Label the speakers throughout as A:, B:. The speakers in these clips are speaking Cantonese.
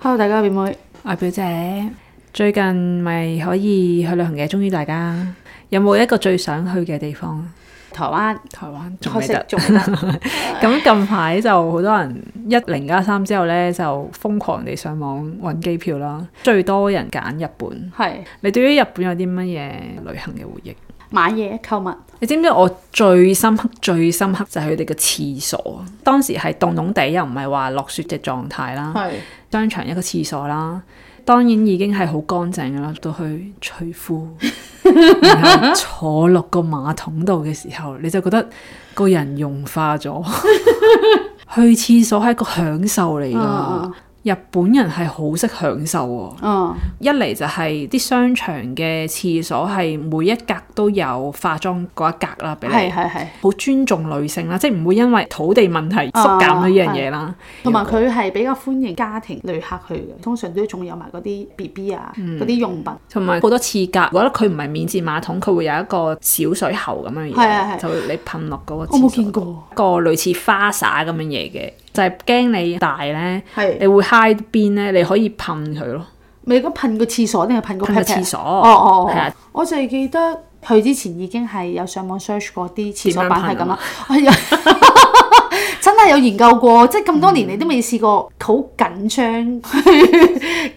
A: Hello，大家表妹，
B: 我表姐最近咪可以去旅行嘅，終於大家有冇一個最想去嘅地方？啊
A: 台灣
B: 台灣仲
A: 可
B: 未
A: 惜
B: 得。
A: 仲未 得，
B: 咁近排就好多人一零加三之後呢，就瘋狂地上網揾機票啦，最多人揀日本。
A: 係
B: 你對於日本有啲乜嘢旅行嘅回憶？
A: 買嘢購物，
B: 你知唔知我最深刻、最深刻就係佢哋嘅廁所，當時係凍凍地，又唔係話落雪嘅狀態啦。
A: 係
B: 商場一個廁所啦，當然已經係好乾淨㗎啦。到去除褲，然後坐落個馬桶度嘅時候，你就覺得個人融化咗。去廁所係一個享受嚟㗎，
A: 嗯
B: 日本人係好識享受喎、
A: 嗯
B: 一嚟就係啲商場嘅廁所係每一格都有化妝嗰一格啦，俾
A: 係
B: 你
A: 係係，
B: 好尊重女性啦，即係唔會因為土地問題縮減咗呢樣嘢啦。
A: 同埋佢係比較歡迎家庭旅客去嘅，通常都仲有埋嗰啲 B B 啊，嗰啲用品，
B: 同埋好多嗯廁格，我覺得佢唔係免治馬桶，佢會有一個小水喉咁樣
A: 係啊係
B: 嘢，就你噴落嗰個
A: 我冇
B: 廁所
A: 見過，
B: 一個類似花灑咁樣嘢嘅，就係、驚你大咧，
A: 係
B: 你會揩邊咧，你可以噴佢咯，
A: 你嗰噴個廁所定係噴個
B: 噴
A: pat
B: 個
A: pat？
B: 廁所，
A: 哦哦
B: 係
A: 哦
B: 啊，
A: 我就係記得去之前已經係有上網 search 過啲廁所板係咁啦，係啊， 真係有研究過，即係咁多
B: 嗯
A: 年你都未試過好緊張去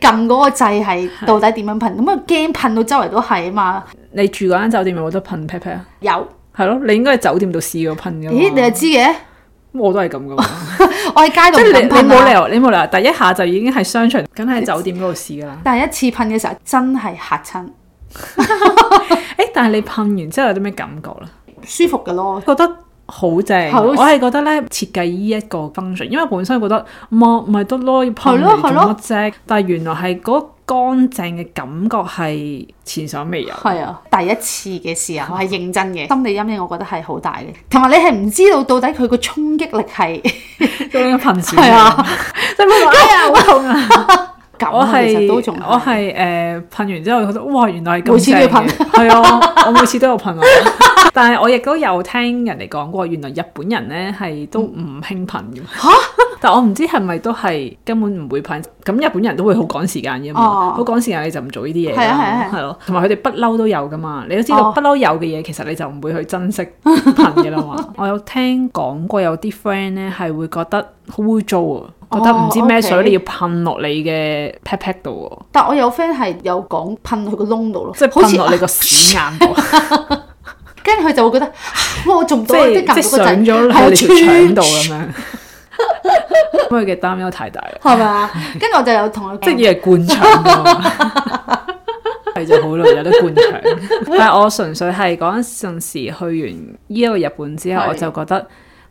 A: 撳嗰個掣係到底點樣噴，咁啊驚噴到周圍都係啊嘛，
B: 你住嗰間酒店有冇得噴 pat pat 啊？
A: 有，
B: 係咯，你應該喺酒店度試過噴㗎嘛。
A: 咦你又知嘅，
B: 我都係咁噶嘛，
A: 我喺街
B: 即係
A: 度
B: 你
A: 唔敢
B: 你
A: 噴
B: 冇
A: 啊
B: 理由，你冇理由第一下就已經係商場，梗係喺酒店嗰度 試噶啦。
A: 但係一次噴嘅時候真係嚇親，
B: 誒、但係你噴完之後有啲咩感覺咧？
A: 舒服嘅咯，
B: 覺得好正，
A: 好
B: 我係覺得咧設計呢一個 function，因為本身覺得望咪得咯，要噴
A: 係
B: 嚟
A: 咯
B: 做
A: 係咯
B: 乜啫？但係原來係嗰個乾淨嘅感覺係前所 未有。
A: 係啊，第一次嘅時候我係認真嘅，心理陰影我覺得係好大嘅，同埋你係唔知道到底佢個衝擊力係。
B: 咁樣噴少
A: 係啊，
B: 即係噴哎呀好痛啊！
A: 咁
B: 我
A: 啊其
B: 係
A: 實都仲係
B: 我係誒、呃、噴完之後覺得哇原來係
A: 每
B: 咁
A: 次都
B: 正
A: 要
B: 嘅，係啊，我每次都有噴啊。 但係我亦都有聽人哋講過，原來日本人咧係都
A: 嗯
B: 唔興噴嘅。嚇！但我唔知係咪都係根本唔會噴。咁日本人都會好趕時間嘅嘛，
A: 哦
B: 好、趕時間你就唔做呢啲嘢
A: 係啊係啊
B: 啦，係咯。同埋佢哋不嬲都有噶嘛，你都知道
A: 哦
B: 不嬲有嘅嘢，其實你就唔會去珍惜噴嘅啦 嘛。我有聽講過有啲 friend 咧係會覺得好污糟啊。覺得唔知咩水
A: 哦，OK
B: 你要噴落你嘅 pat pat 度
A: 但我有 friend 係有講噴佢個窿度咯，
B: 喎，即係
A: 好似啊
B: 噴落你個屎眼度，
A: 跟住佢就會覺得，哇！我仲唔
B: 即
A: 到啊，即係
B: 係 即
A: 撳
B: 係
A: 到個
B: 上
A: 掣，
B: 咗
A: 係啊
B: 落你條腸度咁 樣。咁佢嘅擔憂太大 啦，
A: 穿係咪啊？跟住我就有同佢
B: 即係
A: 講，
B: 以為灌腸喎。 係就好耐有得灌腸， 但係我純粹係嗰陣時去完呢一個日本之後，
A: 係
B: 我就覺得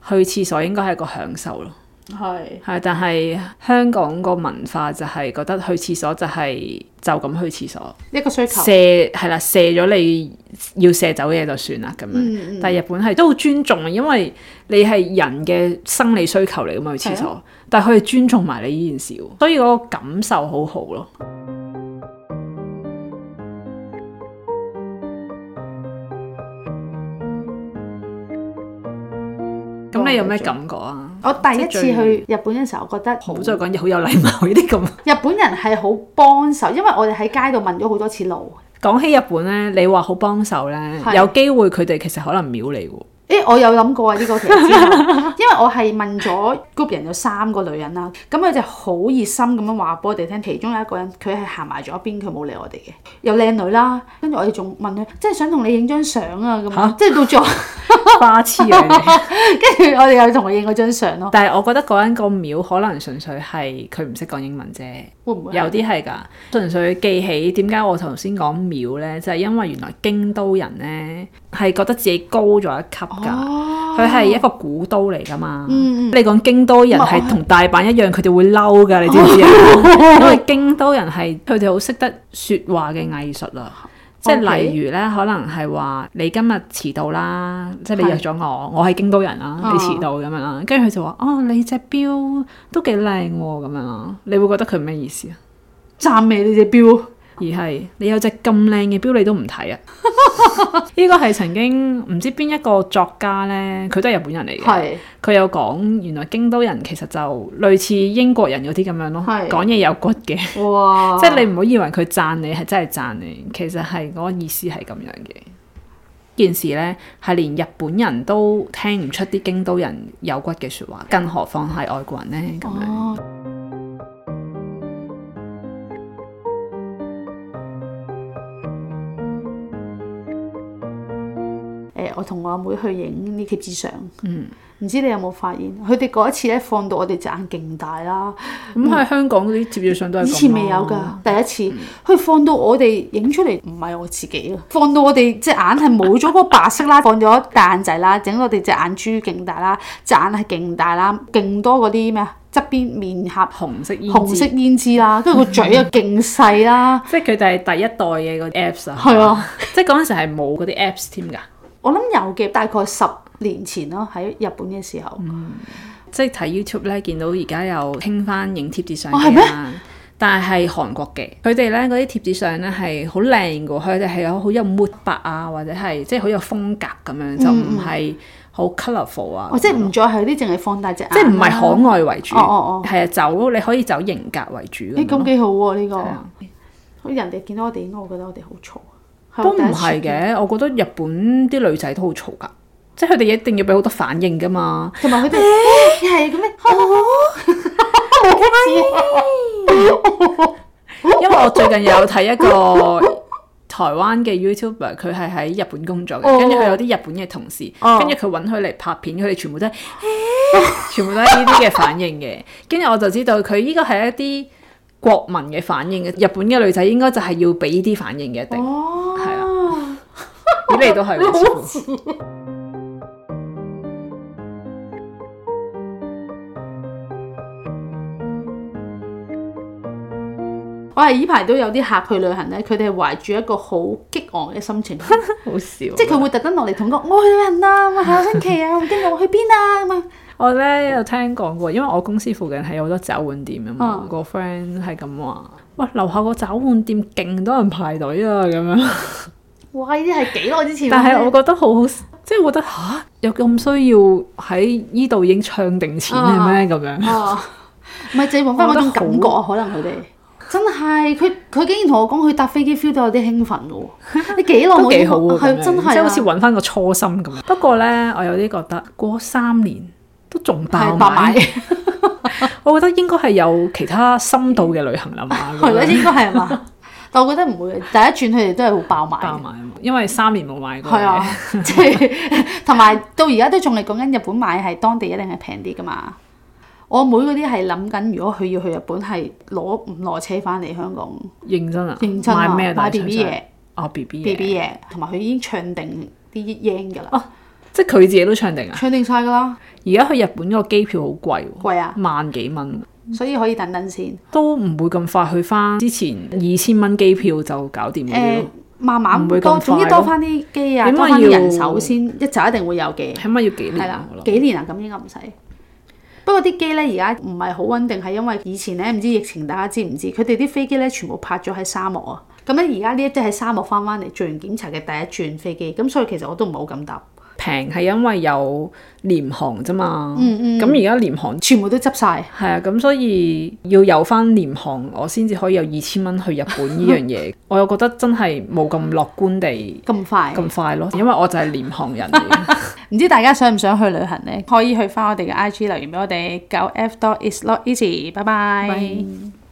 B: 去廁所應該係一個享受咯。
A: 係
B: 係，但係香港個文化就係覺得去廁所就係就咁去廁所。
A: 一個需求，
B: 射係啦，射咗你要射走嘅嘢就算啦咁樣。
A: 嗯嗯
B: 但係日本係都好尊重啊，因為你係人嘅生理需求嚟噶嘛，去
A: 係
B: 廁
A: 啊
B: 所，但係佢係尊重埋你呢件事喎，所以嗰個感受好好咯。咁你有咩感覺啊？
A: 我第一次
B: 即係
A: 去日本嘅時候，我覺得
B: 好再講嘢好有禮貌呢啲咁。
A: 日本人係好幫手，因為我哋喺街度問咗好多次路。
B: 講起日本咧，你話好幫手咧，
A: 係
B: 有機會佢哋其實可能秒你喎。
A: 誒，我有諗過啊！呢、個其實之後，因為我係問咗 group 人有三個女人啦，咁佢就好熱心咁樣話俾我哋聽，其中有一個人佢係行埋咗一邊，佢冇理我哋嘅，有靚女啦，跟住我哋仲問佢，即係想同你影張相啊咁 樣，即係到咗，
B: 花痴啊你！
A: 跟住我哋又同佢影咗張相咯，
B: 但係我覺得嗰間個廟可能純粹係佢唔識講英文啫，
A: 會唔會係
B: 有啲係㗎。純粹記起點解我頭先講廟呢，就係、因為原來京都人呢係覺得自己高咗一級㗎，
A: 哦，
B: 佢係、一個古都嚟㗎嘛。
A: 嗯
B: 你講京都人係同大阪一樣，佢哋會嬲㗎，你知唔知啊？
A: 哦
B: 因為京都人係佢哋好識得説話嘅藝術 啊。即係
A: OK
B: 例如咧，可能係話你今日遲到啦，即係你
A: 係
B: 約咗我，我係京都人啦，
A: 哦
B: 你遲到咁樣啦，跟住佢就話：哦，你隻錶都幾靚喎咁樣啦，你會覺得佢咩意思啊？
A: 讚美你隻表，
B: 而係你有隻咁靚嘅錶你都唔睇啊？ 呢個係曾經唔知邊一個作家咧，佢都係日本人嚟嘅。
A: 係
B: 佢有講原來京都人其實就類似英國人嗰啲咁樣咯，
A: 係哦
B: 講嘢有骨嘅。
A: 哇！
B: 即係你唔好以為佢讚你係真係讚你，其實係嗰個意思係咁樣嘅。件事呢，係連日本人都聽唔出啲京都人有骨嘅説話，更何況係外國人呢？咁樣。
A: 哦，誒，我同我阿妹去影呢貼紙相，
B: 嗯，
A: 唔知你有冇發現？佢哋嗰一次咧放到我哋隻眼勁大啦，
B: 咁喺香港嗰啲貼照相啊都係咁
A: 嗯以
B: 咯
A: 前未有㗎，，第一次佢放到我哋影出嚟唔係我自己啊，放到我哋隻眼係冇咗嗰個白色啦，放咗大眼仔啦，整到我哋隻眼珠勁大啦，隻眼係勁大啦，勁多嗰啲咩啊，側邊面盒。
B: 紅色胭
A: 紅
B: 脂
A: 色胭脂 啦，跟住個嘴又勁細啦，
B: 即係佢哋係第一代嘅嗰啲 apps 啊。
A: 係啊，
B: 即係嗰陣時係冇嗰啲 apps 添㗎，
A: 我諗有嘅，大概十年前咯，喺日本嘅時候，
B: 嗯即係睇 YouTube 咧，見到而家又興翻影貼紙相
A: 哦
B: 機
A: 係咩
B: 啦。但係韓國嘅，佢哋咧嗰啲貼紙相咧係好靚嘅喎，佢哋係有好有 mood 白啊，或者係即係好有風格咁樣，就唔係好 colourful 啊。
A: 嗯哦我即係唔再係啲，淨係放大隻眼，
B: 即係唔係可愛為主，
A: 哦哦哦
B: 係啊，走你可以走型格為主
A: 咦
B: 咁樣
A: 咁
B: 咯。
A: 幾好喎呢個
B: 係啊，
A: 好似人哋見到我哋，應該我覺得我哋好嘈。
B: 都唔
A: 我第一次
B: 係
A: 見，
B: 嘅，我覺得日本啲女仔都好嘈㗎，即係佢哋一定要俾好多反應㗎嘛。
A: 同埋佢哋咦係咁樣，
B: 因為我最近有睇一個台灣嘅 YouTuber，佢係喺日本工作嘅，
A: 哦
B: 跟住佢有啲日本嘅同事，
A: 哦
B: 跟住佢揾佢嚟拍片，佢哋全部 都係，全部都係呢啲嘅反應嘅。跟住我就知道佢呢個係一啲國民嘅反應嘅，日本嘅女仔應該就係要俾呢啲反應嘅，一定
A: 哦，
B: 係你嚟都係
A: 你好
B: 喎。似乎
A: 似我係依排都有啲客去旅行咧，佢哋係懷住一個好激昂嘅心情。
B: 好笑。
A: 即係佢會特登落嚟同我講，我去旅行啦，咁啊下個星期啊，我跟住我去邊啊咁啊，
B: 我咧有聽講過，因為我公司附近係有好多找換店啊嘛，
A: 嗯
B: 個 friend 係咁話：，喂，樓下個找換店勁多人排隊啊，咁樣。
A: 哇！呢啲係幾耐之前？
B: 但係我覺得好好，即係覺得吓，有咁需要喺呢度已經唱定錢嘅咩咁樣？
A: 啊，唔係就係揾翻嗰種感覺啊，可能佢哋
B: 哦
A: 真係佢佢竟然同我講，佢搭飛機 feel 到有啲興奮嘅 喎，你幾耐
B: 都
A: 冇
B: 幾好喎，咁
A: 係
B: 樣
A: 真係啊
B: 即係好似揾翻個初心咁。不過呢，我有啲覺得過咗三年都仲爆
A: 係白買
B: 買，， 我覺得應該係有其他深度嘅旅行 啦嘛。咁樣
A: 係咯應該係嘛？但我覺得唔會，第一轉佢哋都係好爆買
B: 爆
A: 嘅。
B: 買啊嘛，因為三年冇買過
A: 係啊
B: 嘢。，
A: 即係同埋到而家都仲係講緊日本買係當地一定係平啲噶嘛。我妹嗰啲係諗緊，如果佢要去日本係攞唔攞車翻嚟香港，
B: 認真啊，
A: 認真啊，
B: 買咩
A: 買
B: 啊？大
A: B
B: 腸
A: B
B: 仔
A: 嘢
B: 哦，B B
A: ，B
B: 嘢，
A: B 嘢，同埋佢已經唱定啲 yen 㗎啦，
B: 即係佢自己都唱定啊。
A: 唱定晒㗎啦，
B: 而家去日本嗰個機票好貴喎，
A: 貴啊，
B: 萬幾蚊喎。
A: 所以可以等等先。
B: 都唔會咁快去翻之前二千蚊機票就搞掂嘅
A: 誒
B: 咯，，
A: 慢慢
B: 唔會咁
A: 多，總之
B: 快
A: 多
B: 咯
A: 翻啲機啊，
B: 起碼
A: 多翻啲
B: 要
A: 人手先，一就一定會有嘅。
B: 起碼要
A: 係
B: 幾年
A: 啦
B: 啊我，諗
A: 幾年啊，咁應該唔使。不過啲機咧而家唔係好穩定，係因為以前咧唔知疫情，大家知唔知？佢哋啲飛機咧全部泊咗喺沙漠啊。咁咧而家呢一啲喺沙漠翻翻嚟做完檢查嘅第一轉飛機，咁所以其實我都唔係好敢搭，
B: 平係因為有廉航啫嘛。
A: 嗯
B: 咁而家廉航
A: 全部都執晒。
B: 係啊，咁所以要有翻廉航，我先至可以有二千蚊去日本呢樣 嘢。我又覺得真係冇咁樂觀地
A: 咁快，
B: 咁快咯，因為我就係廉航人嚟嘅。
A: 唔知大家想唔想去旅行呢？可以去翻我哋嘅 IG 留言俾我哋。九 F dot is not easy，拜拜。
B: 拜